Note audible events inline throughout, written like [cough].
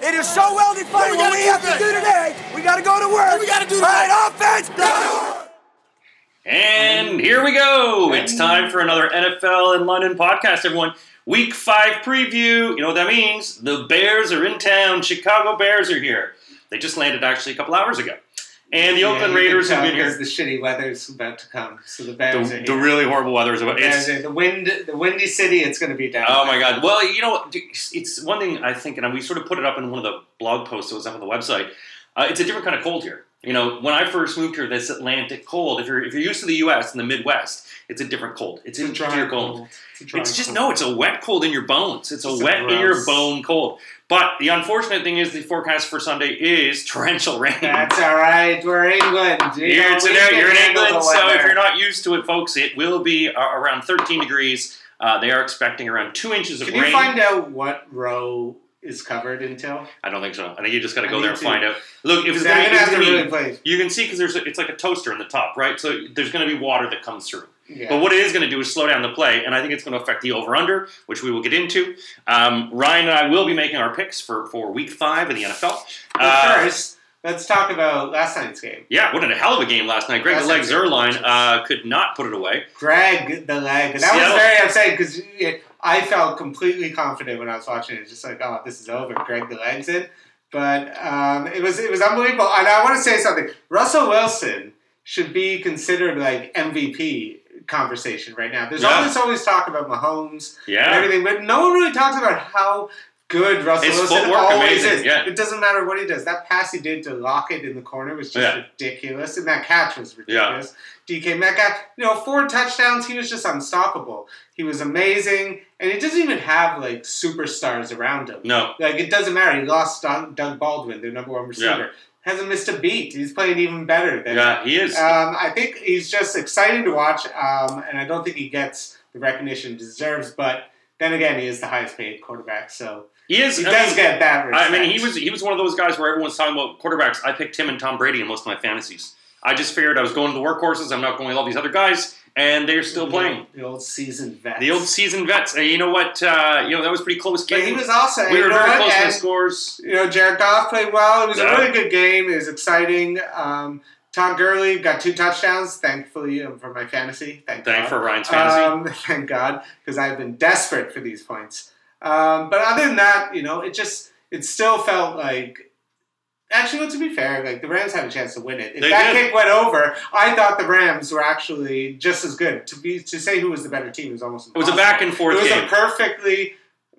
It is so well defined. What What we we gotta have do to do today, we got to go to work. we gotta do All right, offense. Go. And here we go. It's time for another NFL in London podcast, everyone. Week five preview. You know what that means? The Bears are in town. Chicago Bears are here. They just landed actually a couple hours ago. And the Oakland Raiders have been because here. the shitty weather's about to come. So the The, Bears are the here. really horrible weather is about. Bears It's, are- the wind, the windy city. It's going to be down. oh my god. Well, you know, it's it's one thing I think, and we sort of put it up in one of the blog posts that was up on the website. Uh, it's a different kind of cold here. You know, when I first moved here, this Atlantic cold. If you're if you're used to the U.S. and the Midwest, it's a different cold. It's, It's a a dry pure cold. cold. It's, a dry it's just cold. no, it's a wet cold in your bones. It's a It's a wet in your gross. bone cold. But the unfortunate thing is the forecast for Sunday is [laughs] torrential rain. That's all right. We're England. You know, You're, we today, can you're in handle the England, so if weather. you're not used to it, folks, it will be uh, around 13 degrees. Uh, they are expecting around two inches of can rain. you find out what row is covered until? I don't think so. I think you just got to I go need there and to. find out. Look, if it's I'm going gonna have to to really be, play. you can see because there's a, it's like a toaster in the top, right? So there's going to be water that comes through. Yeah. But what it is going to do is slow down the play, and I think it's going to affect the over/under, which we will get into. Um, Ryan and I will be making our picks for, for Week Five in the NFL. But uh, first, let's talk about last night's game. yeah, what a hell of a game last night. Greg Last the Leg night's Zerline game. uh, could not put it away. Greg the leg. That Seattle- was very upsetting because I felt completely confident when I was watching it. Just like, oh, this is over. Greg the legs in. But um, it was it was unbelievable. And I want to say something. Russell Wilson should be considered like MVP conversation right now. There's Yeah. always always talk about Mahomes and Yeah, everything, but no one really talks about how good Russell His Wilson footwork, always amazing, is. yeah. It doesn't matter what he does. That pass he did to Lockett in the corner was just Yeah. ridiculous, and that catch was ridiculous. DK Metcalf, you know, four touchdowns. He was just unstoppable. He was amazing, and he doesn't even have like superstars around him. no, Like it doesn't matter. He lost Doug Doug Baldwin, their number one receiver. Hasn't missed a beat. He's playing even better than yeah, he is. um, I think he's just exciting to watch, um, and I don't think he gets the recognition he deserves. But then again, he is the highest paid quarterback, so He is. he I does mean, get that. I Respect. mean, he was he was one of those guys where everyone's talking about quarterbacks. I picked him and Tom Brady in most of my fantasies. I just figured I was going to the workhorses. I'm not going with all these other guys, and they're still The playing. old- the old seasoned vet. The old seasoned vets. And you know what? Uh, you know that was a pretty close but game. he was also we were you know very what? close in the And, scores. You know, Jared Goff played well. It was Yeah. a really good game. It was exciting. Um, Tom Gurley got two touchdowns, thankfully, um, for my fantasy. Thank Thank God. for Ryan's fantasy. Um, [laughs] thank God, because I've been desperate for these points. Um, but other than that, you know, it just it still felt like. Actually, well, to be fair, like the Rams had a chance to win it. If They that did. kick went over, I thought the Rams were actually just as good. To be to say who was the better team was almost it was a impossible. back and forth It was game. a perfectly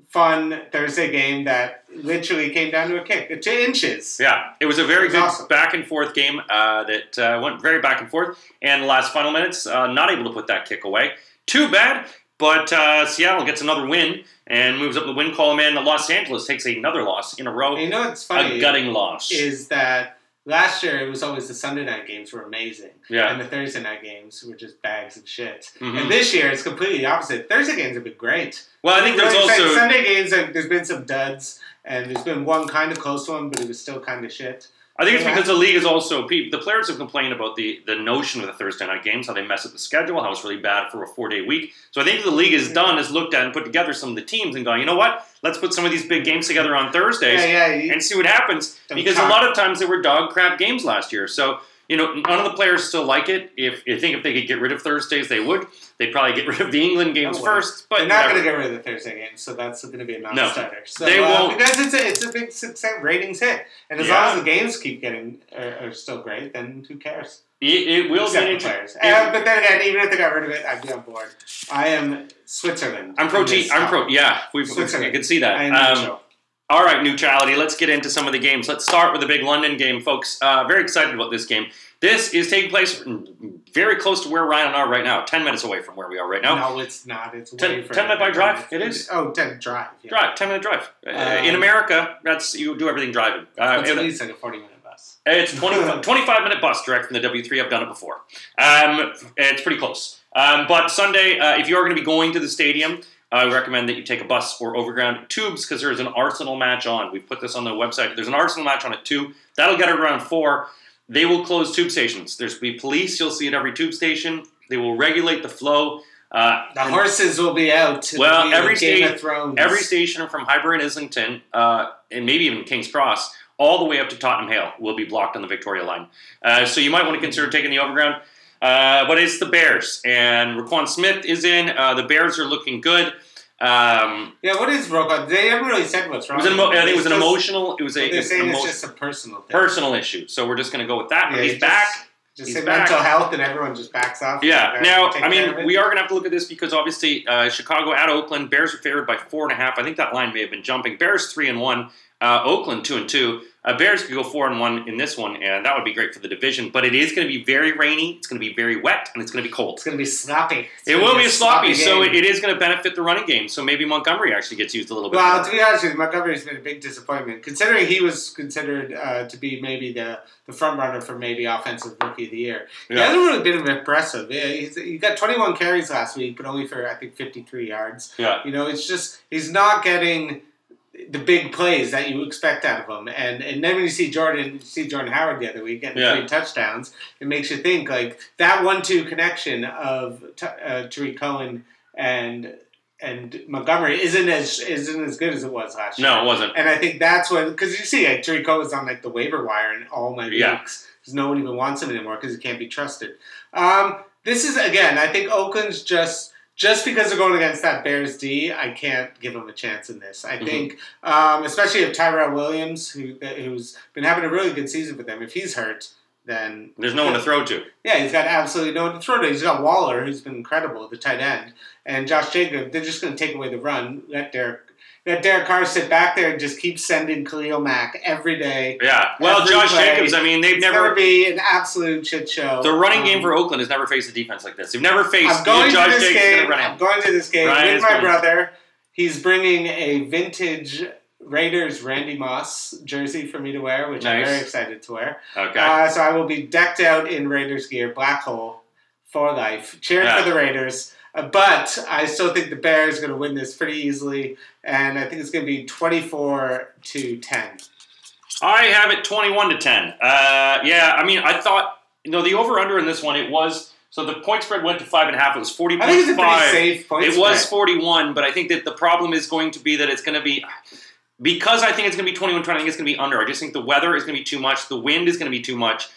fun Thursday game that literally came down to a kick, to inches. yeah, it was a very It was good awesome. back and forth game uh, that uh, went very back and forth. And the last final minutes, uh, not able to put that kick away. Too bad. But uh, Seattle gets another win and moves up the win column, and Los Angeles takes another loss in a And row. you know what's A funny gutting loss. is that last year it was always the Sunday night games were amazing. yeah. and the Thursday night games were just bags of shit. Mhm. And this year, it's completely opposite. Thursday games have been great. Well, I think there's Really exciting. also. Sunday games. Like, there's been some duds, and there's been one kind of close one, but it was still kind of shit. I think it's because the league is also pe- the players have complained about the the notion of the Thursday night games, how they mess up the schedule, how it's really bad for a four day week. So I think the league has done is looked at and put together some of the teams and gone, you know what? Let's put some of these big games together on Thursdays Yeah, yeah. you- and see what happens. Don't Because a talk. lot of times they were dog crap games last year, so. You know, none of the players still like it. If you think if they could get rid of Thursdays, they would. They'd probably get rid of the England games well. first, but They're not whatever. going to get rid of the Thursday games, so that's going to be a non-starter. So, They uh, won't. because it's a, it's a big success ratings hit, and as Yeah. long as the games keep getting are, are still great, then who cares? it, it will Except get the into. players. Uh, but then again, even if they got rid of it, I'd be on board. I am Switzerland. I'm pro. in this T- I'm pro. topic. Yeah, we've, we Switzerland. can see that. I am Um, neutral. All right, neutrality. Let's get into some of the games. Let's start with the big London game, folks. Uh, very excited about this game. This is taking place very close to where Ryan and I are right now, 10 minutes away from where we are right now. No, it's not. It's Ten- way further ten minute by than drive, that. it is. Oh, ten drive. Yeah. Drive, 10 minute drive. Uh, Um, in America, that's you do everything driving. Uh, That's in- at least like a forty-minute bus. It's 20, 25 minute bus direct from the W3. I've done it before. Um, it's pretty close. Um, but Sunday, uh, if you are going to be going to the stadium, I recommend that you take a bus or overground tubes because there's an Arsenal match on. We've put this on the website. There's an Arsenal match on at 2. That'll get it around 4. They will close tube stations. There's be police. You'll see at every tube station. They will regulate the flow. Uh, The horses will be out. To Well, the every Game state- of Thrones. every station from Highbury and Islington, uh, and maybe even King's Cross, all the way up to Tottenham Hale will be blocked on the Victoria Line. Uh, so you might want to consider taking the overground. Uh, but it's the Bears, and Raquan Smith is in. Uh, the Bears are looking good. Um, yeah, what is Rogan? They haven't really said what's it wrong. was an emo- I think it was an It's just- emotional. It was a They're it's an saying it's emotion- just a personal thing. personal issue. So we're just going to go with that. But Yeah, you he's just- back. Just He's say back. mental health, and everyone just backs off. Yeah. Like, Now, take I care of mean, it. we are going to have to look at this because obviously uh, Chicago at Oakland, Bears are favored by four and a half. I think that line may have been jumping. Bears three and one, uh, Oakland two and two. Uh, Bears could go four and one in this one, and that would be great for the division. But it is going to be very rainy. It's going to be very wet, and it's going to be cold. It's going to be sloppy. It's It gonna will be sloppy, so game. it, it is going to benefit the running game. So maybe Montgomery actually gets used a little bit. Well, more. to be honest with you, Montgomery's been a big disappointment, considering he was considered uh, to be maybe the, the front runner for maybe offensive rookie of the year. He yeah. hasn't really been impressive. Yeah, he's, he got 21 carries last week, but only for I think 53 yards. Yeah. You know, it's just he's not getting the big plays that you expect out of him. And and then when you see Jordan, you see Jordan Howard the other week getting Yeah. three touchdowns, it makes you think like that one-two connection of T- uh, Tariq Cohen and and Montgomery isn't as isn't as good as it was last year. No, it wasn't. And I think that's when, because you see, like, Tariq Cohen's on like the waiver wire in all my Yeah. leagues because no one even wants him anymore because he can't be trusted. Um, this is again, I think Oakland's just just because they're going against that Bears D, I can't give them a chance in this. I Mhm. think, um, especially if Tyrell Williams, who who's been having a really good season for them, if he's hurt, then There's no one to throw to. yeah, he's got absolutely no one to throw to. He's got Waller, who's been incredible, the tight end, and Josh Jacob. They're just going to take away the run. Let Derek, let Derek Carr sit back there and just keep sending Khalil Mack every day. Yeah. Well, Every Josh play. Jacobs. I mean, they've It's going to never. be an absolute shit show. The running game Um, for Oakland has never faced a defense like this. They've never faced I'm going Josh to this Jacobs game. running. I'm going to this game Ryan is with my going. brother. He's bringing a vintage Raiders Randy Moss jersey for me to wear, which I'm Nice. very excited to wear. Okay. Uh, so I will be decked out in Raiders gear, black hole for life, cheering Yeah. for the Raiders. Uh, But I still think the Bears are going to win this pretty easily, and I think it's going to be twenty-four to ten. I have it 21 to 10. Uh, yeah, I mean, I thought, you know, the over under in this one, it was, so the point spread went to 5.5. It was I think it's a pretty 40.5. safe point. It was spread. 41, but I think that the problem is going to be that it's going to be, because I think it's going to be 21 20, I think it's going to be under. I just think the weather is going to be too much, the wind is going to be too much.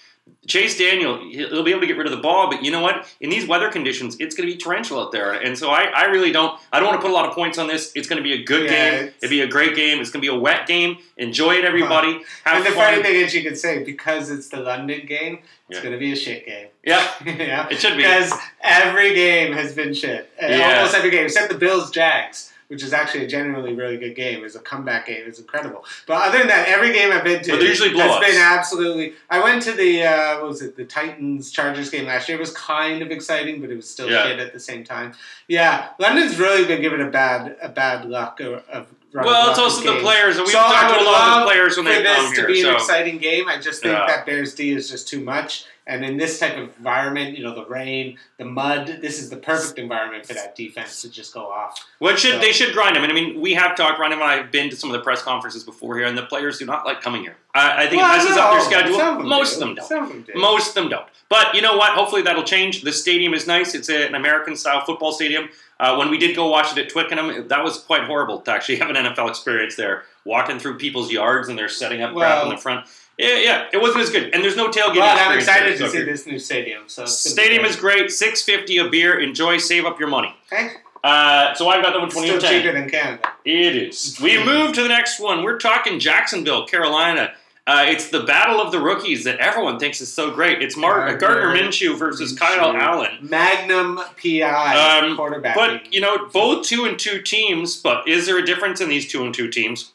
Chase Daniel, he'll he'll be able to get rid of the ball, but you know what? In these weather conditions, it's going to be torrential out there, and so I, I really don't. I don't want to put a lot of points on this. It's going to be a good Yeah, game. it's- It'd be a great game. It's going to be a wet game. Enjoy it, everybody. Have And the fun. funny thing is, you could say because it's the London game, it's Yeah. going to be a shit game. Yeah, [laughs] yeah, it should be. because every game has been shit. Uh, Yeah. Almost every game, except the Bills Jags, which is actually a generally really good game. It's a comeback game. It's incredible. But other than that, every game I've been to, But they're usually has blowouts. been absolutely. I went to the uh, what was it the Titans Chargers game last year. It was kind of exciting, but it was still Yeah. shit at the same time. Yeah, London's really been given a bad a bad luck of. of Well, it's luck also of the games. players, and we've So I talked to would a lot of love the players when for they this come to be here. an So exciting game. I just think Yeah. that Bears D is just too much. And in this type of environment, you know, the rain, the mud, this is the perfect environment for that defense to just go off. what should so- they should grind him? And I mean, we have talked. Ryan and I have been to some of the press conferences before here, and the players do not like coming here. I, I think Well, it messes no, up their schedule. some them Most do. of them don't. Some of them do. Most of them don't. But you know what? Hopefully that'll change. The stadium is nice. It's an American style football stadium. Uh, when we did go watch it at Twickenham, that was quite horrible to actually [laughs] have an NFL experience there. Walking through people's yards and they're setting up crap in Well- the front. Yeah, yeah, it wasn't as good. And there's no tailgating. But I'm experience excited there, to so see if you're- this new stadium. So it's gonna be Stadium great. is great. Six fifty a beer. Enjoy. Save up your money. Okay. Uh, so I've got that one twenty still and ten. cheaper than Canada. It is. We move to the next one. We're talking Jacksonville, Carolina. Uh, it's the battle of the rookies that everyone thinks is so great. It's Mar- uh, Gardner Gardner Minshew versus Kyle Minshew. Allen. Magnum PI Um, quarterback. But you know, both two and two teams. But is there a difference in these two and two teams?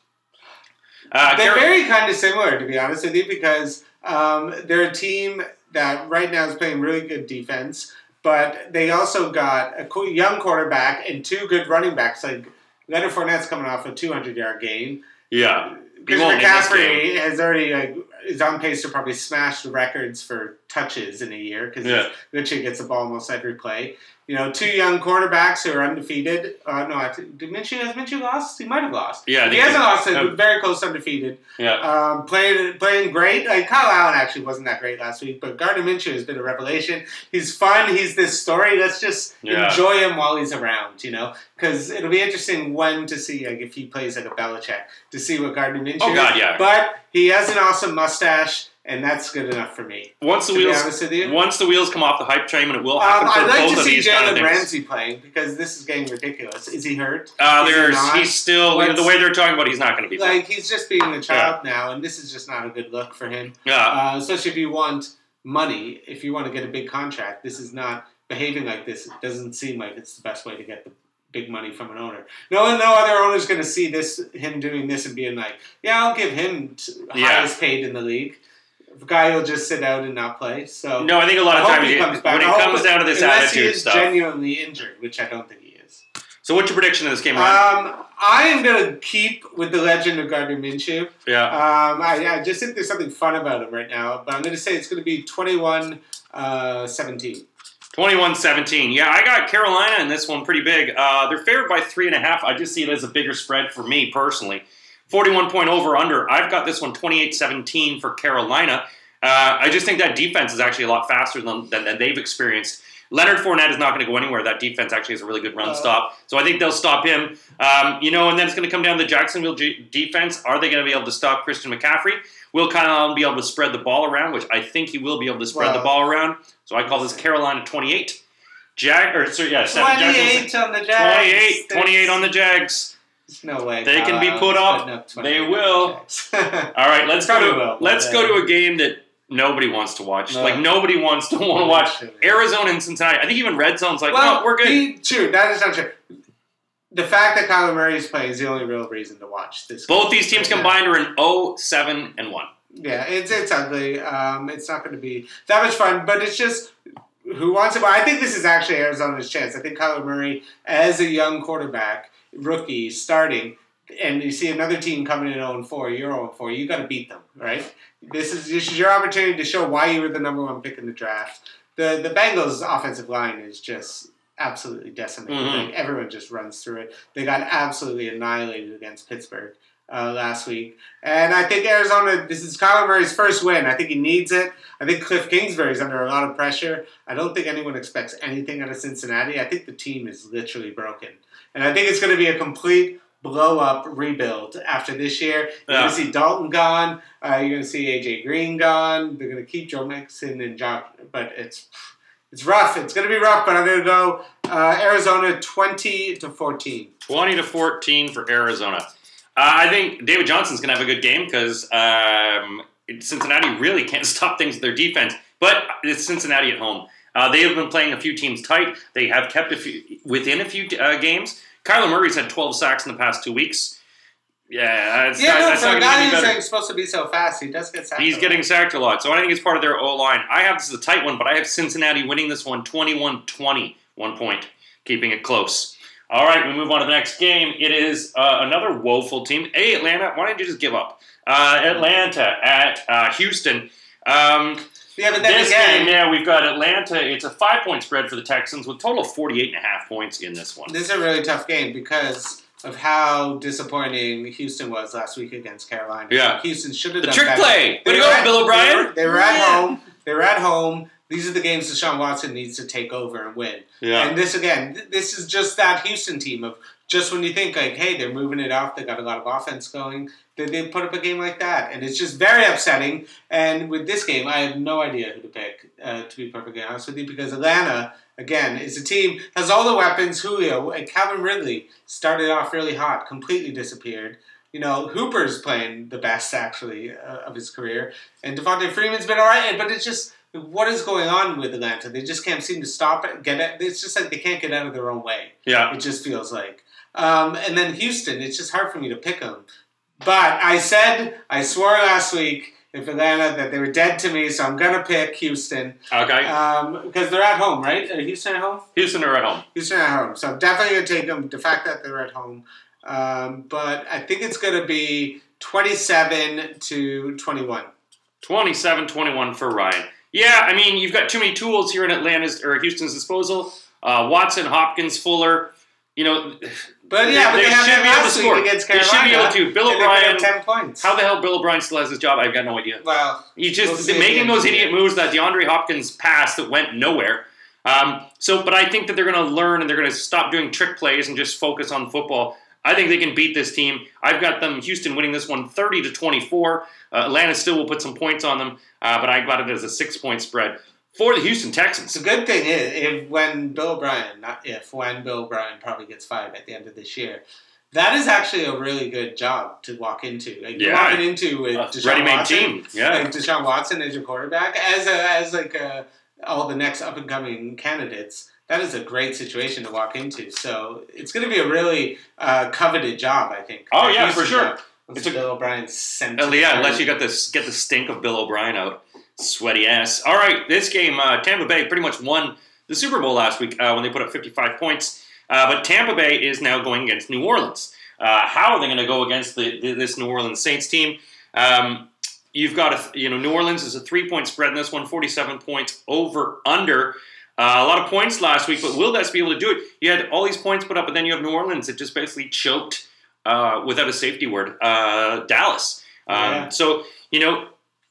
Uh, They're Car- very kind of similar, to be honest with you, because um, they're a team that right now is playing really good defense, but they also got a co- young quarterback and two good running backs. Like Leonard Fournette's coming off a 200 yard game. yeah, He Christian won't in this McCaffrey has already like is on pace to probably smash the records for touches in a year because Yeah. Richie gets the ball almost every play. You know, two young quarterbacks who are undefeated. Uh, no, I think- did Minshew has Minshew lost? He might have lost. Yeah, I If he think hasn't so. lost. Um, Then very close undefeated. Yeah. Um, playing playing great. Like Kyle Allen actually wasn't that great last week, but Gardner Minshew has been a revelation. He's fun. He's this story. Let's just Yeah. enjoy him while he's around. You know, because it'll be interesting when to see like if he plays like a Belichick to see what Gardner Minshew. Oh, God, yeah. Is. But he has an awesome mustache, and that's good enough for me. Once the To be wheels honest with you. once the wheels come off the hype train, and it will Um, happen for I'd like both to of see these kind of Jalen things. Ramsey playing because this is getting ridiculous. Is he hurt? Uh, Is he there's not? he's still Let's- the way they're talking about. He's not going to be. back. Like he's just being a child now, and this is just not a good look for him. yeah, Uh, especially if you want money, if you want to get a big contract, this is not behaving like this. It doesn't seem like it's the best way to get the big money from an owner. No one, no other owner's going to see this him doing this and being like, "Yeah, I'll give him t- Yeah. highest paid in the league." The guy will just sit out and not play. So no, I think a lot I of hope times he you- comes back. when I it hope- comes down to this unless he attitude is stuff. genuinely injured, which I don't think he is. so, what's your prediction of this game, Ryan? Um, I am going to keep with the legend of Gardner Minshew. yeah, Um, I, I just think there's something fun about him right now, but I'm going to say it's going to be 21 uh, 17. 21-17. Yeah, I got Carolina in this one pretty big. Uh, they're favored by three and a half. I just see it as a bigger spread for me personally. 41 point over under. I've got this one 28-17 for Carolina. Uh, I just think that defense is actually a lot faster than, than, than they've experienced. Leonard Fournette is not going to go anywhere. That defense actually has a really good run Uh, stop. So I think they'll stop him. Um, you know, and then it's going to come down to the Jacksonville G- defense. Are they going to be able to stop Christian McCaffrey? Will Kyle Allen be able to spread the ball around, which I think he will be able to spread the Well, ball around. So I call this Carolina 28. Jag, or sorry, yeah, seven, Jacksonville's- 28 on the Jags. 28, 28 on the Jags. There's no way. They can Kyle be Allen's put up. putting They 28 on the will. Jags. [laughs] [laughs] All right, let's go Probably to will. let's Yeah. go to a game that nobody wants to watch. No. Like nobody wants to [laughs] want to watch Arizona and Cincinnati. I think even Red Zone's like, well, no, we're good. He, true. That is not true. The fact that Kyler Murray is playing is the only real reason to watch this. Both game these teams right now. combined are an 0-7 and one. Yeah, it's it's ugly. Um, it's not going to be that much fun, but it's just who wants it. But I think this is actually Arizona's chance. I think Kyler Murray, as a young quarterback rookie starting, and you see another team coming in 0 4, you're 0 4, you got to beat them, right? This is this is your opportunity to show why you were the number one pick in the draft. The the Bengals' offensive line is just absolutely decimated. Mhm. Like everyone just runs through it. They got absolutely annihilated against Pittsburgh uh, last week. And I think Arizona, this is Kyler Murray's first win. I think he needs it. I think Cliff Kingsbury's under a lot of pressure. I don't think anyone expects anything out of Cincinnati. I think the team is literally broken. And I think it's going to be a complete blow up rebuild after this year. You're Yeah. going to see Dalton gone. Uh, you're going to see AJ Green gone. They're going to keep Joe Mixon and John. But it's. It's rough. It's going to be rough, but I'm going to go uh, Arizona 20 to 14. 20 to 14 for Arizona. Uh, I think David Johnson's going to have a good game because um, Cincinnati really can't [laughs] stop things with their defense. But it's Cincinnati at home. Uh, they have been playing a few teams tight. They have kept a few, within a few uh, games. Kyler Murray's had 12 sacks in the past two weeks. Yeah, that's, Yeah, no, that's for not a gonna guy be who's better. like, supposed to be so fast, he does get sacked. He's a lot. getting sacked a lot. So I think it's part of their O line. I have this is a tight one, but I have Cincinnati winning this one 21 20, one point, keeping it close. All right, we move on to the next game. It is uh, another woeful team. Hey, Atlanta, why don't you just give up? Uh, Atlanta at uh, Houston. Um, Yeah, but then this again, game, yeah, we've got Atlanta. It's a five point spread for the Texans with total of 48 and a half points in this one. this is a really tough game because of how disappointing Houston was last week against Carolina. Yeah. Houston should have The done trick better. play. Way They to were go, at- Bill They O'Brien. were, they were at Yeah. home. They were at home. These are the games Deshaun Watson needs to take over and win. Yeah. And this again, th- this is just that Houston team of just when you think like, hey, they're moving it off, they got a lot of offense going, they, they put up a game like that, and it's just very upsetting. And with this game, I have no idea who to pick, uh, to be perfectly honest with you, because Atlanta again is a team has all the weapons. Julio and Calvin Ridley started off really hot, completely disappeared. You know, Hooper's playing the best actually uh, of his career, and Devontae Freeman's been all right, but it's just what is going on with Atlanta? They just can't seem to stop it. Get it? It's just like they can't get out of their own way. Yeah. It just feels like. Um, and then Houston, it's just hard for me to pick them. But I said, I swore last week if Atlanta that they were dead to me, so I'm gonna pick Houston Okay. um, because they're at home, right? Are Houston at home? Houston are at home. Houston at home. So I'm definitely going to take them, the fact that they're at home. Um, but I think it's going to be 27 to 21. 27 21 for Ryan. Yeah, I mean, you've got too many tools here in Atlanta's or Houston's disposal. Uh, Watson, Hopkins, Fuller. You know, But yeah, but They they, should have be it able to last week score. against They Carolina. should be able to. Bill and they put up O'Brien- ten points. how the hell Bill O'Brien still has his job? I've got no idea. well, He just Those idiot making those idiot moves moves. that DeAndre Hopkins passed that went nowhere. Um, so, but I think that they're going to learn and they're going to stop doing trick plays and just focus on football. I think they can beat this team. I've got them Houston winning this one 30 to 24. Uh, Atlanta still will put some points on them, uh, but I got it as a six point spread for the Houston So Texans. the good thing is, if when Bill O'Brien, not if, when Bill O'Brien probably gets fired at the end of this year, that is actually a really good job to walk into. Like you're Yeah. walking into with A Deshaun ready-made Watson, team. Yeah. like Deshaun Watson as your quarterback, as a, as like a, all the next up and coming candidates. That is a great situation to walk into. So it's going to be a really uh, coveted job, I think. Oh, yeah, for Houston's sure. job, once It's a- Bill O'Brien sent. Uh, yeah, unless you got this, get the stink of Bill O'Brien out, sweaty ass. All right, this game, uh, Tampa Bay pretty much won the Super Bowl last week uh, when they put up 55 points. Uh, but Tampa Bay is now going against New Orleans. Uh, how are they going to go against the, the, this New Orleans Saints team? Um, you've got a, you know New Orleans is a three point spread in this one, 47 points over under. Uh, a lot of points last week, but will Dest be able to do it? You had all these points put up, but then you have New Orleans that just basically choked uh, without a safety word. Uh, Dallas. Um, Yeah. So you know,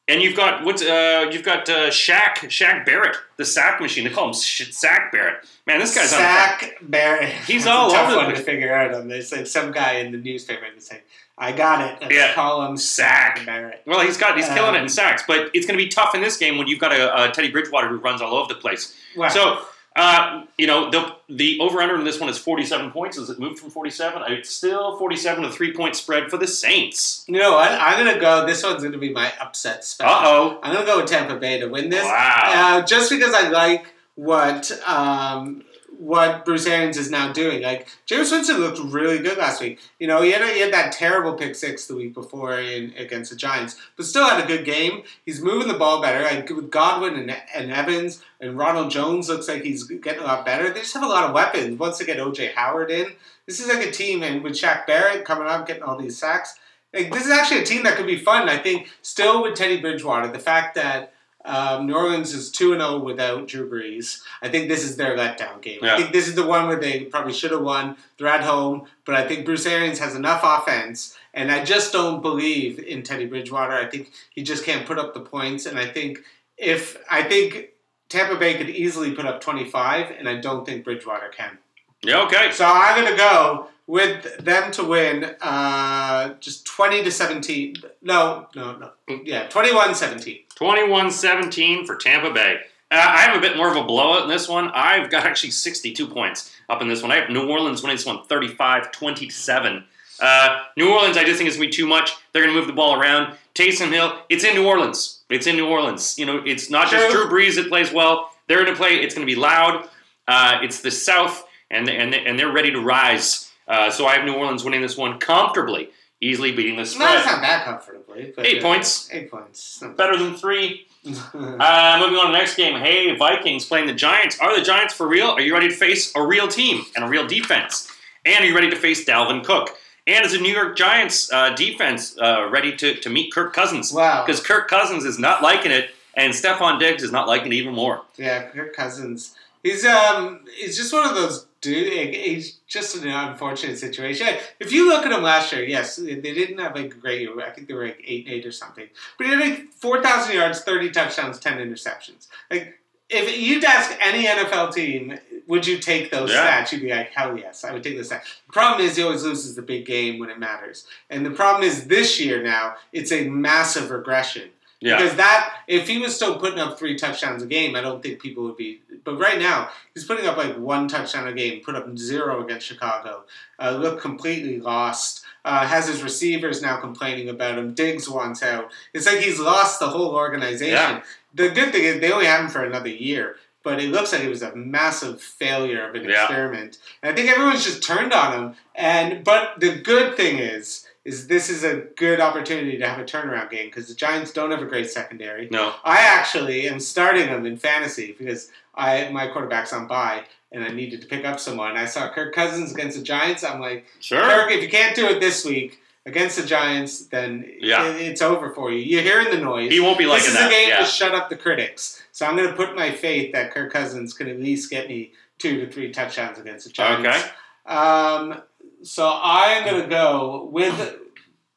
and you've got what's uh, you've got uh, Shaq Shaq Barrett, the sack machine. They call him Sh- Sack Barrett. Man, this guy's on. fire. Sack Barry. He's It's all a tough over the one place. to figure out on this. Like some guy in the newspaper that's like, "I got it." Let's Yeah. Call him Sack. Sack Barrett. Well, he's got he's killing it in Um, sacks, but it's going to be tough in this game when you've got a, a Teddy Bridgewater who runs all over the place. Wow. So, uh, you know, the the over under in this one is 47 points. Has it moved from 47? It's still 47 to three point spread for the Saints. you know what? I'm gonna go. This one's gonna be my upset special. Uh oh. I'm gonna go with Tampa Bay to win this. Wow. Uh, just because I like what um, what Bruce Arians is now doing. Like James Winston looked really good last week. You know, he had, he had that terrible pick six the week before in against the Giants, but still had a good game. He's moving the ball better. Like with Godwin and, and Evans and Ronald Jones looks like he's getting a lot better. They just have a lot of weapons. Once they get OJ Howard in, this is like a team, and with Shaq Barrett coming up, getting all these sacks. Like, this is actually a team that could be fun. I think still with Teddy Bridgewater, the fact that um, New Orleans is two and zero without Drew Brees, I think this is their letdown game. Yeah. I think this is the one where they probably should have won. They're at home, but I think Bruce Arians has enough offense, and I just don't believe in Teddy Bridgewater. I think he just can't put up the points, and I think if I think. Tampa Bay could easily put up 25, and I don't think Bridgewater can. Yeah, okay. So I'm going to go with them to win uh, just 20 to 17. No, no, no. Yeah, 21 17. 21 17 for Tampa Bay. Uh, I have a bit more of a blowout in this one. I've got actually 62 points up in this one. I have New Orleans winning this one 35 27. Uh, New Orleans, I just think it's going to be too much. They're going to move the ball around. Taysom Hill, it's in New Orleans. It's in New Orleans. You know, it's not just Drew True. Brees that plays well. They're going to play. It's going to be loud. Uh, it's the South, and and and they're ready to rise. Uh, so I have New Orleans winning this one comfortably, easily beating the No, it's spread. not that comfortably. But Eight uh, points. Eight points. [laughs] Better than three. Uh, moving on to the next game. Hey, Vikings playing the Giants. Are the Giants for real? Are you ready to face a real team and a real defense? And are you ready to face Dalvin Cook? And is the New York Giants uh, defense uh, ready to, to meet Kirk Cousins? wow. Because Kirk Cousins is not liking it, and Stephon Diggs is not liking it even more. Yeah, Kirk Cousins. He's um, he's just one of those dude. like, He's just in an unfortunate situation. If you look at him last year, yes, they didn't have like a great year. I think they were like eight and eight or something. But he had like four thousand yards, thirty touchdowns, ten interceptions. Like if you'd ask any NFL team, would you take those Yeah. stats? You'd be like, hell yes, I would take those stats. The problem is he always loses the big game when it matters. And the problem is this year now, it's a massive regression. Yeah. Because that, if he was still putting up three touchdowns a game, I don't think people would be. But right now, he's putting up like one touchdown a game, put up zero against Chicago, uh, looked completely lost. Uh, has his receivers now complaining about him. Diggs wants out. It's like he's lost the whole organization. Yeah. The good thing is they only have him for another year, but it looks like it was a massive failure of an Yeah. experiment. And I think everyone's just turned on him. And but the good thing is is this is a good opportunity to have a turnaround game because the Giants don't have a great secondary. No. I actually am starting them in fantasy because I my quarterback's on bye and I needed to pick up someone. I saw Kirk Cousins against the Giants. I'm like, Sure. Kirk, if you can't do it this week, against the Giants, then Yeah. it- it's over for you. You're hearing the noise. He won't be liking this is that. a game yeah. to shut up the critics. So I'm going to put my faith that Kirk Cousins can at least get me two to three touchdowns against the Giants. Um, so I'm going to go with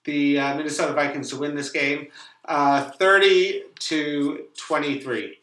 the uh, Minnesota Vikings to win this game, uh, 30 to 23.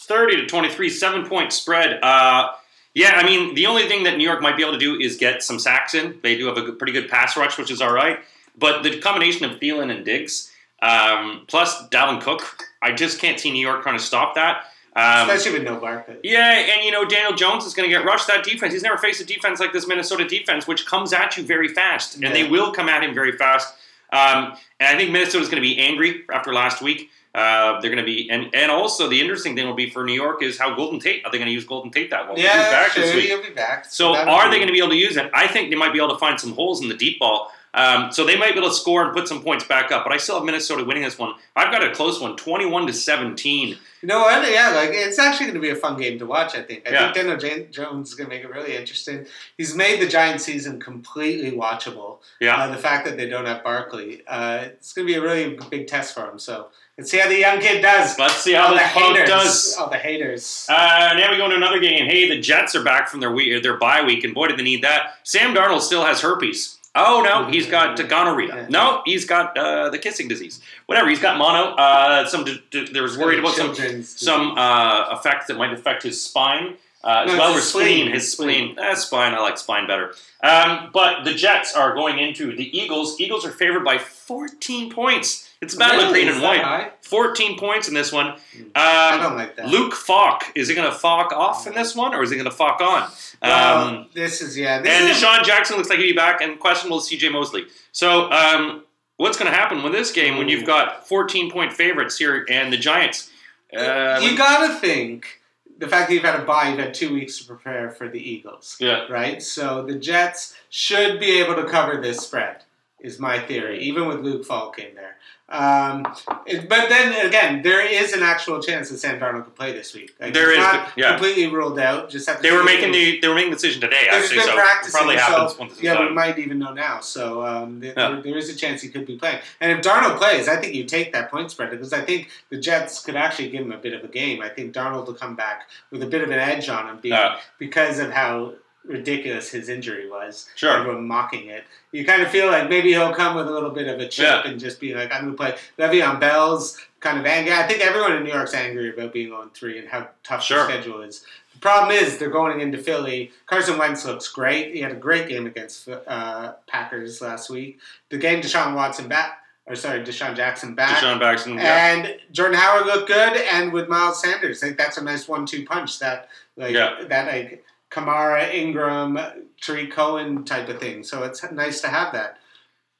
30 to 23, seven point spread. Uh, yeah, I mean, the only thing that New York might be able to do is get some sacks in. They do have a good- pretty good pass rush, which is all right. But the combination of Thielen and Diggs, um, plus Dalvin Cook, I just can't see New York trying to stop that. Um, Especially with no Barkley. yeah, and you know, Daniel Jones is going to get rushed. That defense, he's never faced a defense like this Minnesota defense, which comes at you very fast, and they Yeah. will come at him very fast. Um, and I think Minnesota's going to be angry after last week. Uh, they're going to be, and, and also the interesting thing will be for New York is how Golden Tate, are they going to use Golden Tate that long? He's Yeah, back this sure, week. he'll be back. So that'll are they going to be able to use it? I think they might be able to find some holes in the deep ball. Um, so they might be able to score and put some points back up. But I still have Minnesota winning this one. I've got a close one, twenty-one to seventeen. You know what? Yeah, like it's actually going to be a fun game to watch. I think. I Yeah. think Daniel Jan- Jones is going to make it really interesting. He's made the Giants season completely watchable. Yeah, Uh, the fact that they don't have Barkley, uh, it's going to be a really big test for him. So let's see how the young kid does. let's see all how the this punk haters. does. All the haters. Uh, now we go into another game. Hey, the Jets are back from their week, their bye week, and boy, do they need that. Sam Darnold still has herpes. Oh no, he's got gonorrhea. No, he's got uh, the kissing disease. Whatever, he's got mono. Uh, some d- d- there was worried about some Children's some uh, effect that might affect his spine uh, as No, well it's as his spleen. spleen. His spleen, eh, spine. I like spine better. Um, but the Jets are going into the Eagles. Eagles are favored by 14 points. It's a battle of Really? green Is and that white. high? Hmm. 14 points in this one. Um, I don't like that. Luke Falk, is he going to Falk off in this one, or is he going to Falk on? Well, Um, this is yeah. This and is Deshaun Jackson looks like he'll be back, and questionable is CJ Mosley. So, um, what's going to happen with this game when you've got 14 point favorites here and the Giants? Uh, you gotta think the fact that you've had a bye, you've had two weeks to prepare for the Eagles. yeah. right? So the Jets should be able to cover this spread, is my theory, even with Luke Falk in there. Um, it- but then again, there is an actual chance that Sam Darnold could play this week. Like, There it's is, not yeah. completely ruled out. Just have to They see were if making they- the they were making the decision today, There's actually. been So it practicing, probably happens so, once this is yeah, we done. might even know now. So um, th- Yeah. there- there is a chance he could be playing. And if Darnold plays, I think you take that point spread because I think the Jets could actually give him a bit of a game. I think Darnold will come back with a bit of an edge on him being, Yeah. because of how ridiculous his injury was. Sure. Everyone mocking it. You kind of feel like maybe he'll come with a little bit of a chip Yeah. and just be like, I'm going to play Le'Veon Bell's kind of angry. I think everyone in New York's angry about being on three and how tough Sure. the schedule is. The problem is they're going into Philly. Carson Wentz looks great. He had a great game against uh, Packers last week. The game Deshaun Watson back, or sorry, Deshaun Jackson back. Deshaun Jackson, yeah. And Jordan Howard looked good, and with Miles Sanders, like that's a nice one-two punch. That like Yeah. that like Kamara Ingram, Tariq Cohen type of thing. So it's nice to have that.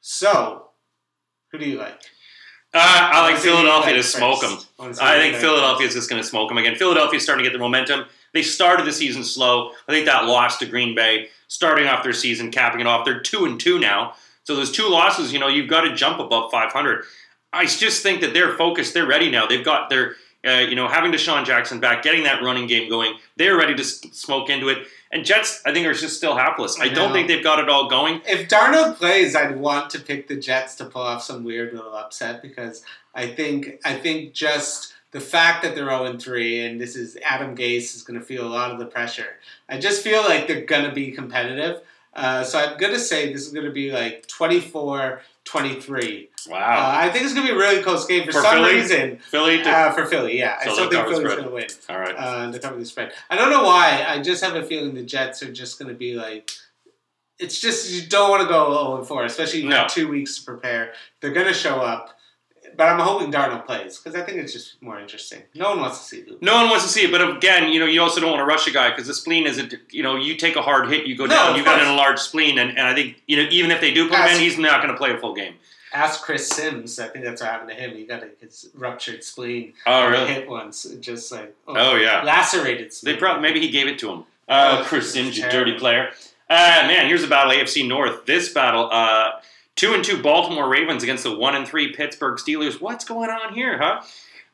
So, who do you like? Uh, I like Who do you Philadelphia to like smoke them. first? Wanna see who I you think like Philadelphia is just going to smoke them again. Philadelphia is starting to get their momentum. They started the season slow. I think that loss to Green Bay, starting off their season, capping it off. They're two and two now. So those two losses, you know, you've got to jump above 500. I just think that they're focused. They're ready now. They've got their, uh, you know, having Deshaun Jackson back, getting that running game going. They're ready to s- smoke into it. And Jets, I think, are just still hapless. I don't No. think they've got it all going. If Darnold plays, I'd want to pick the Jets to pull off some weird little upset because I think I think just the fact that they're 0 3 and this is Adam Gase is going to feel a lot of the pressure. I just feel like they're going to be competitive. Uh, so I'm going to say this is going to be like 24 23. Uh, Wow. I think it's going to be a really close game for, For some Philly? reason. Philly, to, Uh, for Philly, yeah. So I they'll still think cover the Philly's spread. going to win all right. uh, to cover the spread. I don't know why. I just have a feeling the Jets are just going to be like. It's just you don't want to go 0 4, especially you No. have two weeks to prepare. They're going to show up, but I'm hoping Darnold plays because I think it's just more interesting. No one wants to see Luke. No one wants to see it, but again, you know, you also don't want to rush a guy because the spleen isn't. You know, you take a hard hit, you go No, down, of you got an course. enlarged spleen, and, and I think you know, even if they do put him in, Ask- he's not going to play a full game. Ask Chris Sims. I think that's what happened to him. He got a, his ruptured spleen. Oh Hit once, It just like Oh yeah. lacerated. They Spleen. probably maybe he gave it to him. Uh, Oh, Chris that's Sims, you terrible. dirty player. Uh, man, here's a battle AFC North. This battle, uh, two and two Baltimore Ravens against the one and three Pittsburgh Steelers. What's going on here, huh?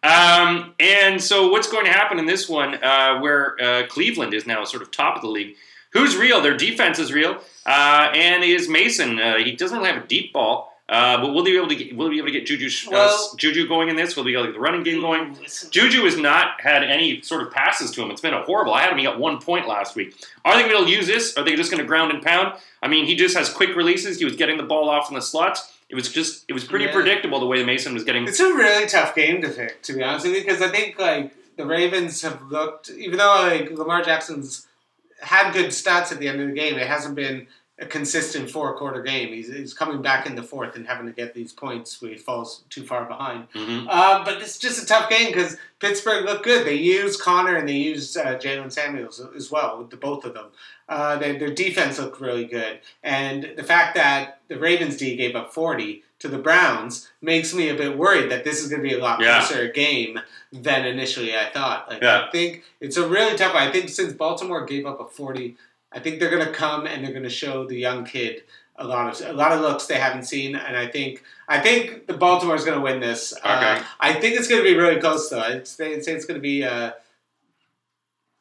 Um, and so, what's going to happen in this one, uh, where uh, Cleveland is now sort of top of the league? Who's real? Their defense is real, uh, and is Mason. Uh, he doesn't really have a deep ball. Uh, but will they be able to get, will they be able to get Juju uh, Well- Juju going in this? Will they be able to get the running game going? Juju has not had any sort of passes to him. It's been a horrible. I had him. He got one point last week. Are they going to use this? Are they just going to ground and pound? I mean, he just has quick releases. He was getting the ball off in the slots. It was just. It was pretty Yeah. predictable the way Mason was getting. It's a really tough game to pick, to be honest with you, because I think like the Ravens have looked, even though like Lamar Jackson's had good stats at the end of the game, it hasn't been a consistent four quarter game. He's, he's coming back in the fourth and having to get these points where he falls too far behind. Mhm. Uh, but it's just a tough game because Pittsburgh looked good. They used Connor and they used uh, Jalen Samuels as well, the both of them. Uh, their, their defense looked really good. And the fact that the Ravens D gave up 40 to the Browns makes me a bit worried that this is going to be a lot Yeah. closer game than initially I thought. Like, Yeah. I think it's a really tough I think since Baltimore gave up a 40, I think they're going to come and they're going to show the young kid a lot of a lot of looks they haven't seen, and I think I think the Baltimore's going to win this. Uh, Okay. I think it's going to be really close though. I'd say, I'd say it's going to be uh,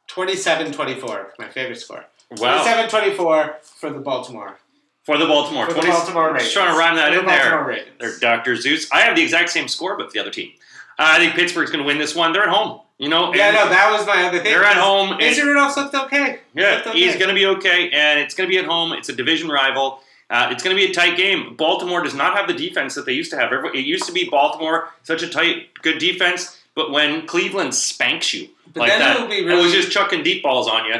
27-24, my favorite score. Wow. 27-24 for the Baltimore. For the Baltimore. For the 20 Baltimore Ravens. Just trying to rhyme that for the in there. Baltimore They're Ravens. Dr. Zeus. I have the exact same score, but the other team. Uh, I think Pittsburgh's going to win this one. They're at home. You know, Yeah, and no, that was my other thing. they're at home. and- Mason Rudolph looked okay. yeah, Looked okay. he's going to be okay, and it's going to be at home. It's a division rival. Uh, it's going to be a tight game. Baltimore does not have the defense that they used to have. Every- It used to be Baltimore, such a tight, good defense, but when Cleveland spanks you But like then that, it'll be and was really- just chucking deep balls on you,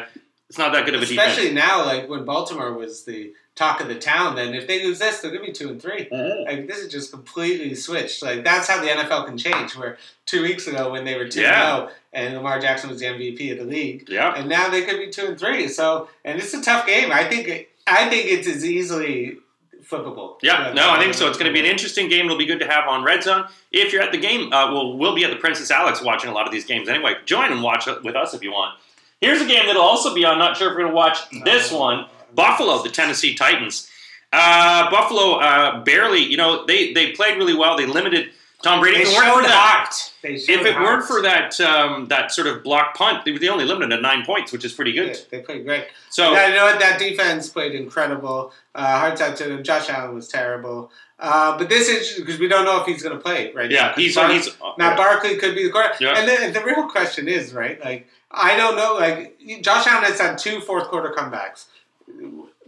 it's not that good of a Especially defense. now, like when Baltimore was the talk of the town, then if they lose this, they're gonna be two and three. Mhm. Like this is just completely switched. Like that's how the NFL can change. Where two weeks ago when they were two Yeah. and zero, and Lamar Jackson was the MVP of the league, Yeah. and now they could be two and three. So and it's a tough game. I think I think it's as easily flippable. um, Yeah, no, I think so. It's going to be an interesting game. It'll be good to have on Red Zone. If you're at the game, uh, well, we'll be at the Princess Alex watching a lot of these games anyway. Join and watch it with us if you want. Here's a game that'll also be on. Not sure if we're going to watch this Uh-huh. one. Buffalo, the Tennessee Titans. Uh, Buffalo uh, barely, you know, they, they played really well. They limited Tom Brady. They If it weren't showed for that, heart. They if showed it heart. weren't for that um, that sort of block punt, they, they only limited at nine points, which is pretty Yeah, good. they played great. So Yeah, you know what? That defense played incredible. Uh, hard time to them. Josh Allen was terrible. Uh, but this is because we don't know if he's going to play right now. yeah, 'Cause he's Bar- he's now Barkley could be the quarterback. Yeah. And the, the real question is, right? Like I don't know. Like Josh Allen has had two fourth quarter comebacks,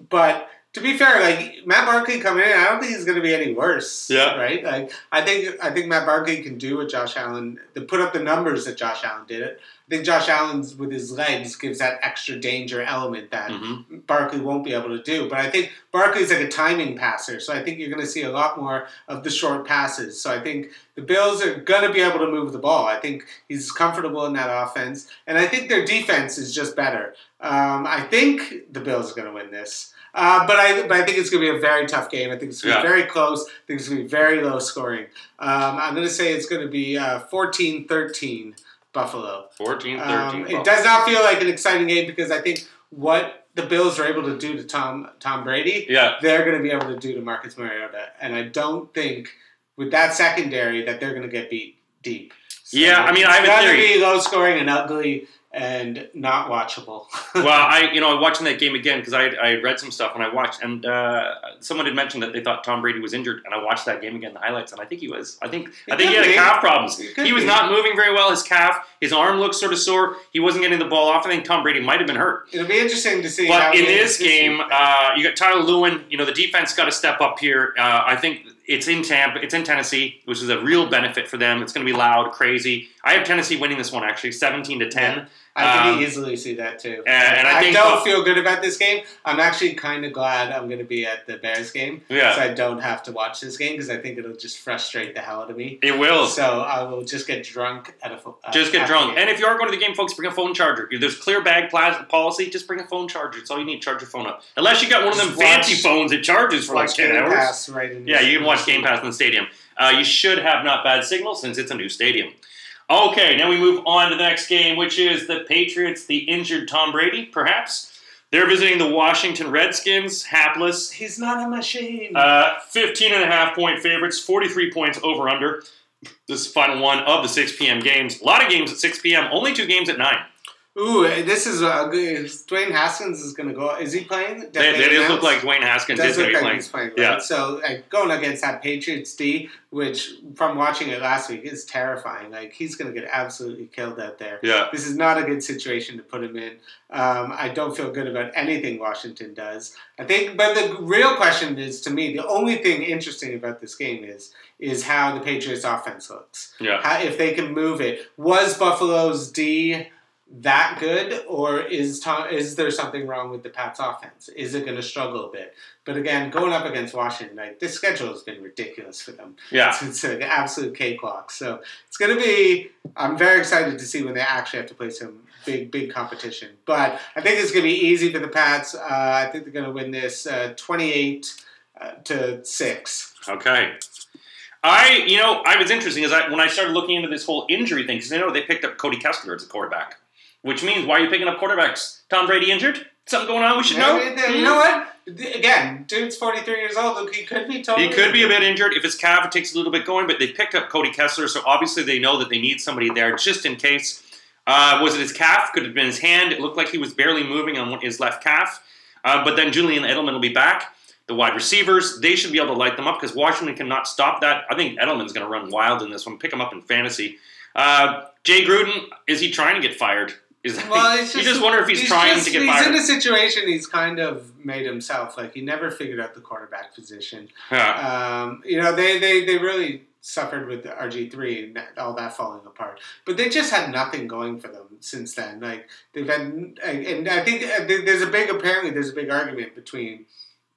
but to be fair, like Matt Barkley coming in, I don't think he's going to be any worse. Yeah. Right. Like I think I think Matt Barkley can do what Josh Allen to put up the numbers that Josh Allen did it. I think Josh Allen's with his legs gives that extra danger element that Mhm. Barkley won't be able to do. But I think Barkley's like a timing passer, so I think you're going to see a lot more of the short passes. So I think the Bills are going to be able to move the ball. I think he's comfortable in that offense, and I think their defense is just better. Um, I think the Bills are going to win this. Uh, but I, but I think it's going to be a very tough game. I think it's going to Yeah. be very close. I think it's going to be very low scoring. Um, I'm going to say it's going to be uh, 14-13 Buffalo. 14 13. Um, it does not feel like an exciting game because I think what the Bills are able to do to Tom Tom Brady, yeah, they're going to be able to do to Marcus Mariota, and I don't think with that secondary that they're going to get beat deep. So Yeah, I mean, I have it's a gonna theory. be low scoring and ugly and not watchable. [laughs] well, I you know I watching that game again because I I read some stuff and I watched and uh, someone had mentioned that they thought Tom Brady was injured and I watched that game again the highlights and I think he was I think I It think he could had be. calf problems It could he was be. not moving very well his calf his arm looked sort of sore he wasn't getting the ball off I think Tom Brady might have been hurt It'll be interesting to see. how but in he this is game, season. uh, you got Tyler Lewin. You know the defense got to step up here. Uh, I think it's in Tampa, it's in Tennessee, which is a real benefit for them. It's going to be loud, crazy. I have Tennessee winning this one actually, seventeen to ten. I can um, easily see that too. and- and I think don't both- feel good about this game. I'm actually kind of glad I'm going to be at the Bears game. Yeah, so I don't have to watch this game because I think it'll just frustrate the hell out of me. it will. So I will just get drunk at a fo- uh, Oh. Just get at the drunk. game. And if you are going to the game, folks, bring a phone charger. If there's clear bag plas- policy, just bring a phone charger. It's all you need. Charge your phone up. Unless you got one of them Just watch- fancy phones that charges for like Watch 10 Game hours. Pass right in Yeah, you can watch Game Pass in the stadium. Uh, you should have not bad signal since it's a new stadium. Okay, now we move on to the next game, which is the Patriots, the injured Tom Brady, perhaps. They're visiting the Washington Redskins, hapless. He's not on my shame. Uh, 15 and a half point favorites, 43 points over under. This is final one of the 6 p.m. games. A lot of games at 6 p.m., only two games at 9. Ooh, uh, this is a good. Dwayne Haskins is going to go. Is he playing? Did They, they did announce? look like Dwayne Haskins Does is going look to be like playing. he's playing. Yeah. Right? So like going against that Patriots D, which from watching it last week is terrifying. Like he's going to get absolutely killed out there. Yeah. This is not a good situation to put him in. Um, I don't feel good about anything Washington does. I think, but the real question is to me: the only thing interesting about this game is is how the Patriots' offense looks. Yeah. How, if they can move it, was Buffalo's D that good, or is Tom, is there something wrong with the Pats' offense? Is it going to struggle a bit? But again, going up against Washington, like this schedule has been ridiculous for them. [laughs] Yeah. It's, it's an absolute cakewalk. So it's going to be. I'm very excited to see when they actually have to play some big, big competition. But I think it's going to be easy for the Pats. Uh, I think they're going to win this uh, 28 uh, to six. Okay. I, you know, I was interesting is I when I started looking into this whole injury thing because I know they picked up Cody Kessler as a quarterback, which means why are you picking up quarterbacks? Tom Brady injured? Something going on? We should know. mm. Maybe they- You know what? Again, dude's 43 years old. Look, he could be totally. He could be a bit injured. If his calf, it takes a little bit going, but they picked up Cody Kessler, so obviously they know that they need somebody there just in case. Uh, was it his calf? Could have been his hand. It looked like he was barely moving on one- his left calf. Uh, but then Julian Edelman will be back. The wide receivers, they should be able to light them up because Washington cannot stop that. I think Edelman's going to run wild in this one. Pick him up in fantasy. Uh, Jay Gruden, is he trying to get fired? Is that, Well, it's [laughs] you just- just wonder if he's, trying just- to get he's fired. in a situation he's kind of made himself. Like he never figured out the quarterback position. Yeah. Um, you know, they, they, they really suffered with the RG3 and that- all that falling apart. But they just had nothing going for them since then. Like, they've had, and and I think uh, there- there's a big, apparently, there's a big argument between.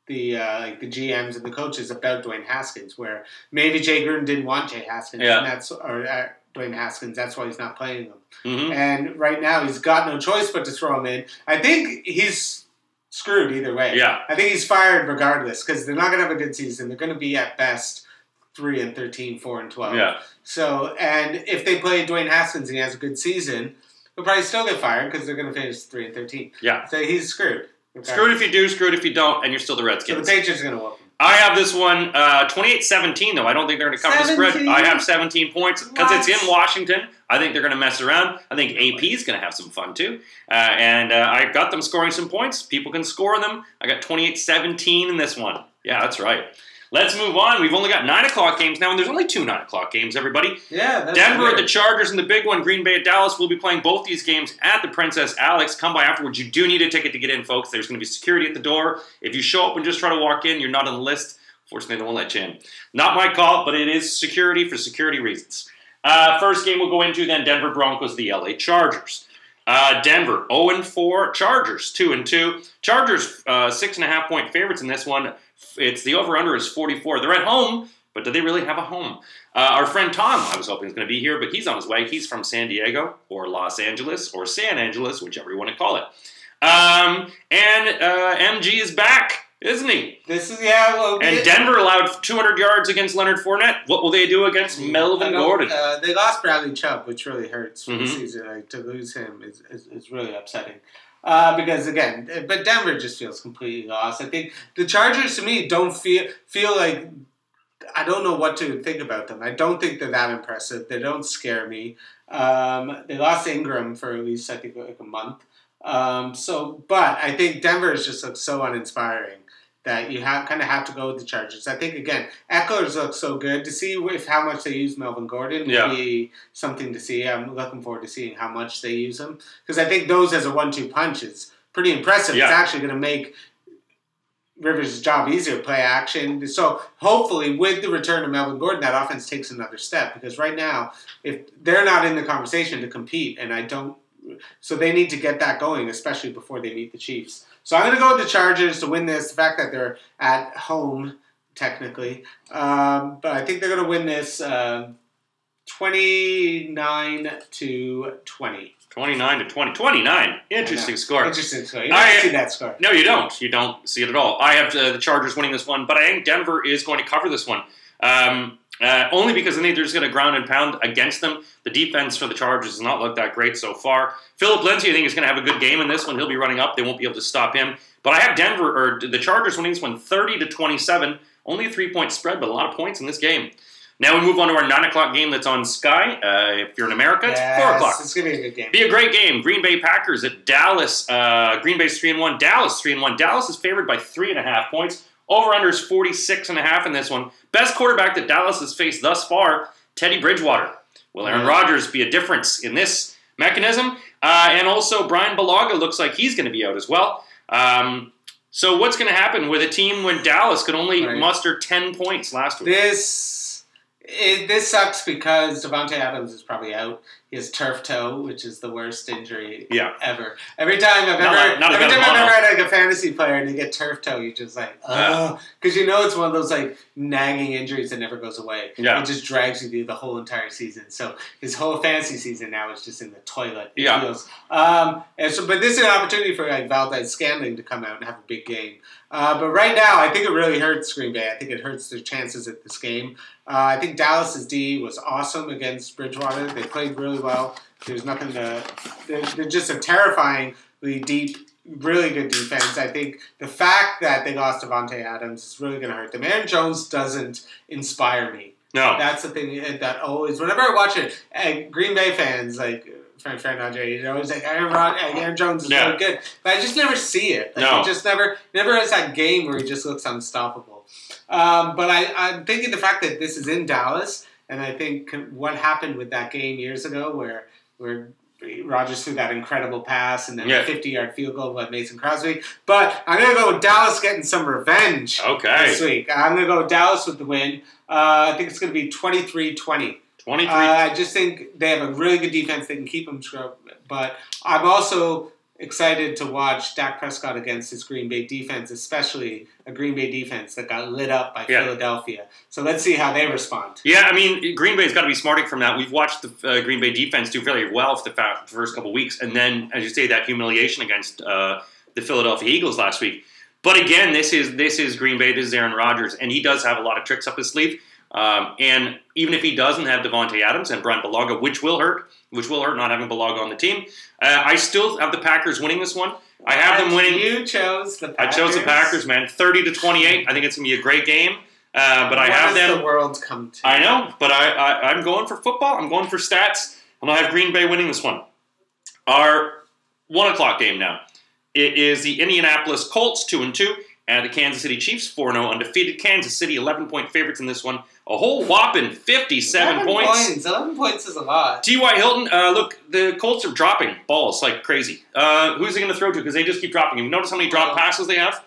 The uh, like the GMs and the coaches about Dwayne Haskins, where maybe Jay Gruden didn't want Jay Haskins, Yeah. and that's or uh, Dwayne Haskins. That's why he's not playing him. Mhm. [laughs] And right now, he's got no choice but to throw him in. I think he's screwed either way. Yeah. I think he's fired regardless because they're not going to have a good season. They're going to be at best 3 and 13, 4 and 12. Yeah. So, and if they play Dwayne Haskins and he has a good season, he'll probably still get fired because they're going to finish 3 and 13. Yeah. So he's screwed. Okay. Screw it if you do, screw it if you don't, and you're still the So Redskins. the Patriots are going to whoop him. I have this one uh, 28-17, though. I don't think they're going to cover the spread. 17? I have 17 points because it's What? in Washington. I think they're going to mess around. I think AP is going to have some fun, too. Uh, and uh, I got them scoring some points. People can score them. I got 28-17 in this one. Yeah, that's right. Let's move on. We've only got 9 o'clock games now, and there's only two 9 o'clock games, everybody. Yeah. That's Denver at weird. the Chargers and the big one, Green Bay at Dallas. We'll be playing both these games at the Princess Alex. Come by afterwards. You do need a ticket to get in, folks. There's going to be security at the door. If you show up and just try to walk in, you're not on the list. Fortunately, they won't let you in. Not my call, but it is security for security reasons. Uh, first game we'll go into then Denver Broncos, the LA Chargers. Uh, Denver 0 and 4, Chargers 2 and 2. Chargers uh, six and a half point favorites in this one. It's the over under is 44. They're at home, but do they really have a home? Uh, our friend Tom, I was hoping was going to be here, but he's on his way. He's from San Diego or Los Angeles or San Angeles, whichever you want to call it. Um, and uh, MG is back, isn't he? This is, yeah. Well, And it- Denver allowed 200 yards against Leonard Fournette. What will they do against Mm. I Melvin know, Gordon? Uh, they lost Bradley Chubb, which really hurts for the Mhm. season. Like to lose him is, is, is really upsetting. Uh, because again, but Denver just feels completely lost. I think the Chargers to me don't feel feel like I don't know what to think about them. I don't think they're that impressive. They don't scare me. Um, they lost Ingram for at least I think like a month. Um, so, but I think Denver is just looks so uninspiring that you have kind of have to go with the Chargers. I think again, Eckler's look so good to see if how much they use Melvin Gordon Yeah. would be something to see. I'm looking forward to seeing how much they use him because I think those as a one-two punch is pretty impressive. Yeah. It's actually going to make Rivers' job easier, play action. So hopefully, with the return of Melvin Gordon, that offense takes another step because right now, if they're not in the conversation to compete, and I don't, so they need to get that going, especially before they meet the Chiefs. So I'm going to go with the Chargers to win this. The fact that they're at home technically, um, but I think they're going to win this. um 29 to 20. 29 to 20. 29. Interesting score. Interesting score. You don't I- see that score. No, you don't. You don't see it at all. I have uh, the Chargers winning this one, but I think Denver is going to cover this one. Um, uh, only because I think they're just going to ground and pound against them. The defense for the Chargers has not looked that great so far. Philip Lindsay, I think, is going to have a good game in this one. He'll be running up. They won't be able to stop him. But I have Denver or the Chargers winning this one, thirty to twenty-seven. Only a three-point spread, but a lot of points in this game. Now we move on to our nine o'clock game that's on Sky. Uh, if you're in America, it's four Yes, o'clock. It's gonna be a good game. Be a great game. Green Bay Packers at Dallas. Uh, Green Bay's three and one. Dallas three and one. Dallas is favored by three and a half points. Over under is 46 and a half in this one. Best quarterback that Dallas has faced thus far, Teddy Bridgewater. Will Aaron Yeah. Rodgers be a difference in this mechanism? Uh, and also Brian Balaga looks like he's going to be out as well. Um, so what's going to happen with a team when Dallas could only Right. muster 10 points last week? This it, this sucks because Devontae Adams is probably out. He has turf toe, which is the worst injury Yeah. ever. Every time I've Not ever like- not a every good time I've mono. ever had like a fantasy player and they get turf toe, you just like oh, because you know it's one of those like nagging injuries that never goes away. Yeah. It just drags you through the whole entire season. So his whole fantasy season now is just in the toilet. It Yeah. feels. Um, and so, but this is an opportunity for like Valdez Scandling to come out and have a big game. Uh, but right now, I think it really hurts Green Bay. I think it hurts their chances at this game. Uh, I think Dallas's D was awesome against Bridgewater. They played really well. There's nothing to. They're, they're just a terrifyingly deep, really good defense. I think the fact that they lost Devontae Adams is really going to hurt them. Aaron Jones doesn't inspire me. No. That's the thing that always, whenever I watch it, and Green Bay fans like Frank Fernandez, they're always like Aaron, Rod- Aaron Jones is Yeah. really good, but I just never see it. Like, No. it just never, never has that game where he just looks unstoppable. Um, but I, I'm thinking the fact that this is in Dallas, and I think what happened with that game years ago where where Rogers threw that incredible pass and then Yeah. a 50 yard field goal by Mason Crosby. But I'm going to go with Dallas getting some revenge Okay. this week. I'm going to go Dallas with the win. Uh, I think it's going to be 23 20. 23. I just think they have a really good defense. They can keep them short. But I'm also excited to watch Dak Prescott against this Green Bay defense, especially a Green Bay defense that got lit up by Yeah. Philadelphia. So let's see how they respond. Yeah, I mean, Green Bay's got to be smarting from that. We've watched the uh, Green Bay defense do very well for the fa- first couple weeks, and then, as you say, that humiliation against uh, the Philadelphia Eagles last week. But again, this is this is Green Bay. This is Aaron Rodgers, and he does have a lot of tricks up his sleeve. Um, and even if he doesn't have Devonte Adams and Brian Balaga, which will hurt, which will hurt not having Balaga on the team, uh, I still have the Packers winning this one. I have them And winning. You chose the I Packers. chose the Packers, man, thirty to twenty-eight. I think it's gonna be a great game. Uh, but I What have does them the world come to? I know, but I, I I'm going for football. I'm going for stats, and I have Green Bay winning this one. Our one o'clock game now. It is the Indianapolis Colts two and two, and the Kansas City Chiefs four and zero undefeated. Kansas City eleven point favorites in this one. A whole whopping fifty seven 11 points. Eleven points is a lot. T.Y. Hilton, uh, look, the Colts are dropping balls like crazy. Uh, who's he going to throw to? Because they just keep dropping. You notice how many drop passes they have?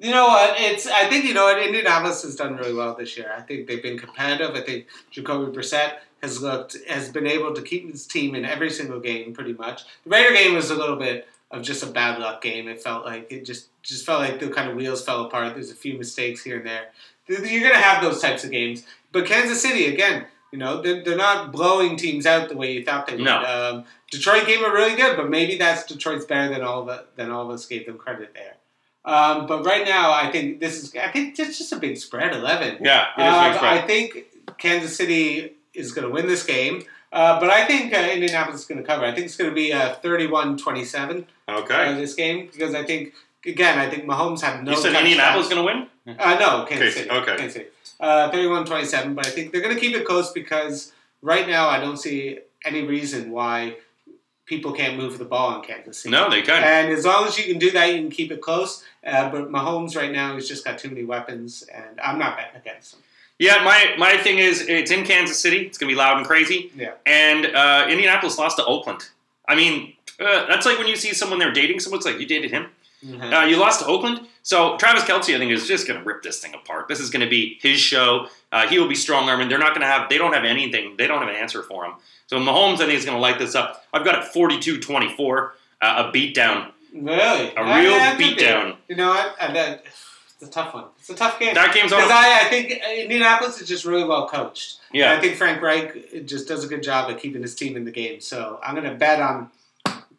You know what? It's I think you know what Indianapolis has done really well this year. I think they've been competitive. I think Jacoby Brissett has looked has been able to keep his team in every single game pretty much. The Raider game was a little bit of just a bad luck game. It felt like it just just felt like the kind of wheels fell apart. There's a few mistakes here and there. Th- You're gonna have those types of games. But Kansas City again. You know, they're, they're not blowing teams out the way you thought they would. No. Um, Detroit gave them really good, but maybe that's Detroit's better than all of, the- than all of us gave them credit there. Um, but right now, I think this is. I think it's just a big spread, eleven. Yeah, it is Uh, big I spread. think Kansas City is going to win this game, uh, but I think uh, Indianapolis is going to cover. I think it's going to be uh, 31-27 uh, Okay. this game because I think again, I think Mahomes had no. you said touchdowns. Indianapolis going to win? Uh, no, Kansas Okay, City. okay. Kansas City. Uh, 31-27, but I think they're going to keep it close because right now I don't see any reason why people can't move the ball in Kansas City. No, they can't. And as long as you can do that, you can keep it close. Uh, but Mahomes right now has just got too many weapons, and I'm not betting against him. Yeah, my, my thing is it's in Kansas City. It's gonna be loud and crazy. Yeah. And uh, Indianapolis lost to Oakland. I mean, uh, that's like when you see someone they're dating. Someone's like, "You dated him? Uh, you lost to Oakland?" So Travis Kelsey, I think, is just gonna rip this thing apart. This is gonna be his show. Uh, he will be strong arming. They're not gonna have. They don't have anything. They don't have an answer for him. So Mahomes, I think, is gonna light this up. I've got it 42-24. Uh, a beatdown. Really, A real that could be- beatdown. You know what? And then, it's a tough one. It's a tough game That game's because on. I, I think uh, Indianapolis is just really well coached. And Yeah. I think Frank Reich just does a good job at keeping his team in the game. So I'm going to bet on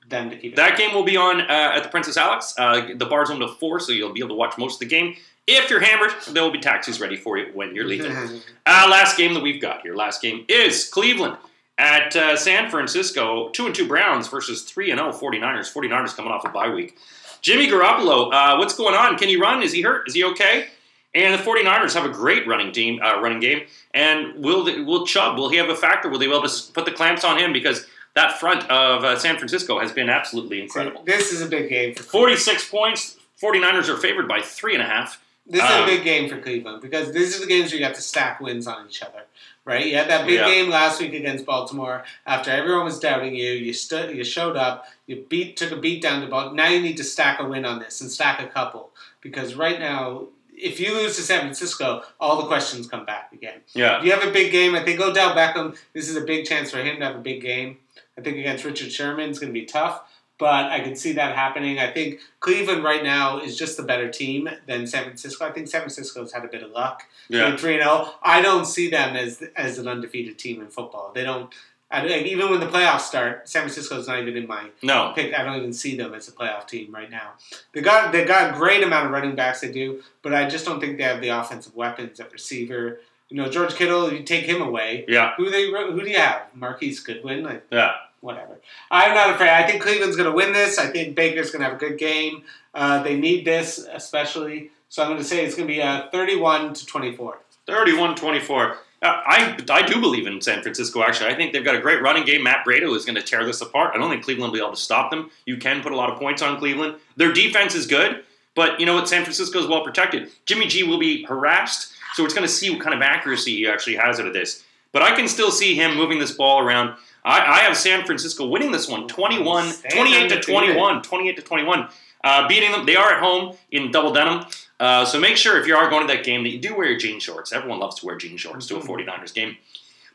them to keep it. That game will be on uh, at the Princess Alex. Uh, the bar's open to four, so you'll be able to watch most of the game. If you're hammered, there will be taxis ready for you when you're [laughs] leaving. uh, last game that we've got here. Last game is Cleveland at uh, San Francisco. Two and two Browns versus three and oh zero 49ers. 49ers coming off a bye week. Jimmy Garoppolo, uh, what's going on? Can he run? Is he hurt? Is he okay? And the 49ers have a great running team, uh, running game. And will they, will Chubb will he have a factor? Will they be able to s- put the clamps on him because that front of uh, San Francisco has been absolutely incredible. This is a big game for 46 points. 49ers are favored by three and a half. This is Um, a big game for Cleveland because these are the games where you have to stack wins on each other, right? You had that big Yeah. game last week against Baltimore. After everyone was doubting you, you stood, you showed up, you beat, took a beat down to Baltimore. Now you need to stack a win on this and stack a couple because right now, if you lose to San Francisco, all the questions come back again. Yeah. If you have a big game, I think Odell Beckham. This is a big chance for him to have a big game. I think against Richard Sherman it's going to be tough, but I can see that happening. I think Cleveland right now is just the better team than San Francisco. I think San Francisco's had a bit of luck. Yeah. They're three and zero. I don't see them as as an undefeated team in football. They don't. I, like, even when the playoffs start, San Francisco's not even in my No. pick. I don't even see them as a playoff team right now. They got they got a great amount of running backs. They do, but I just don't think they have the offensive weapons at receiver. You know, George Kittle. You take him away. Yeah. Who they who do you have? Marquise Goodwin. Like Yeah. whatever. I'm not afraid. I think Cleveland's going to win this. I think Baker's going to have a good game. Uh, they need this especially. So I'm going to say it's going to be uh, 31 to 24. 31 24. Uh, I, I do believe in San Francisco, actually. I think they've got a great running game. Matt Bredo is going to tear this apart. I don't think Cleveland will be able to stop them. You can put a lot of points on Cleveland. Their defense is good, but you know what? San Francisco is well protected. Jimmy G will be harassed, so it's going to see what kind of accuracy he actually has out of this. But I can still see him moving this ball around. I, I have San Francisco winning this one 21, Stay 28 to undefeated. 21, 28 to 21. Uh, beating them, they are at home in double denim. Uh, so make sure if you are going to that game that you do wear your jean shorts. Everyone loves to wear jean shorts to a 49ers game.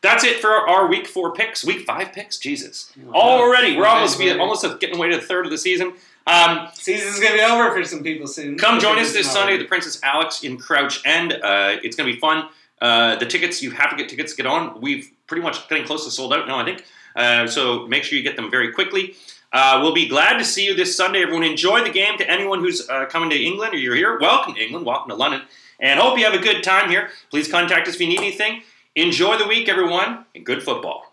That's it for our week four picks. Week five picks? Jesus. Already, we're almost be, almost getting away to the third of the season. Um, Season's going to be over for some people soon. come join us this No. Sunday at the Princess Alex in Crouch End. Uh, it's going to be fun. Uh, the tickets, you have to get tickets to get on. We've pretty much getting close to sold out now, I think. Uh, so make sure you get them very quickly. Uh, we'll be glad to see you this Sunday. Everyone, enjoy the game. To anyone who's uh, coming to England or you're here, welcome to England, welcome to London, and hope you have a good time here. Please contact us if you need anything. Enjoy the week, everyone, and good football.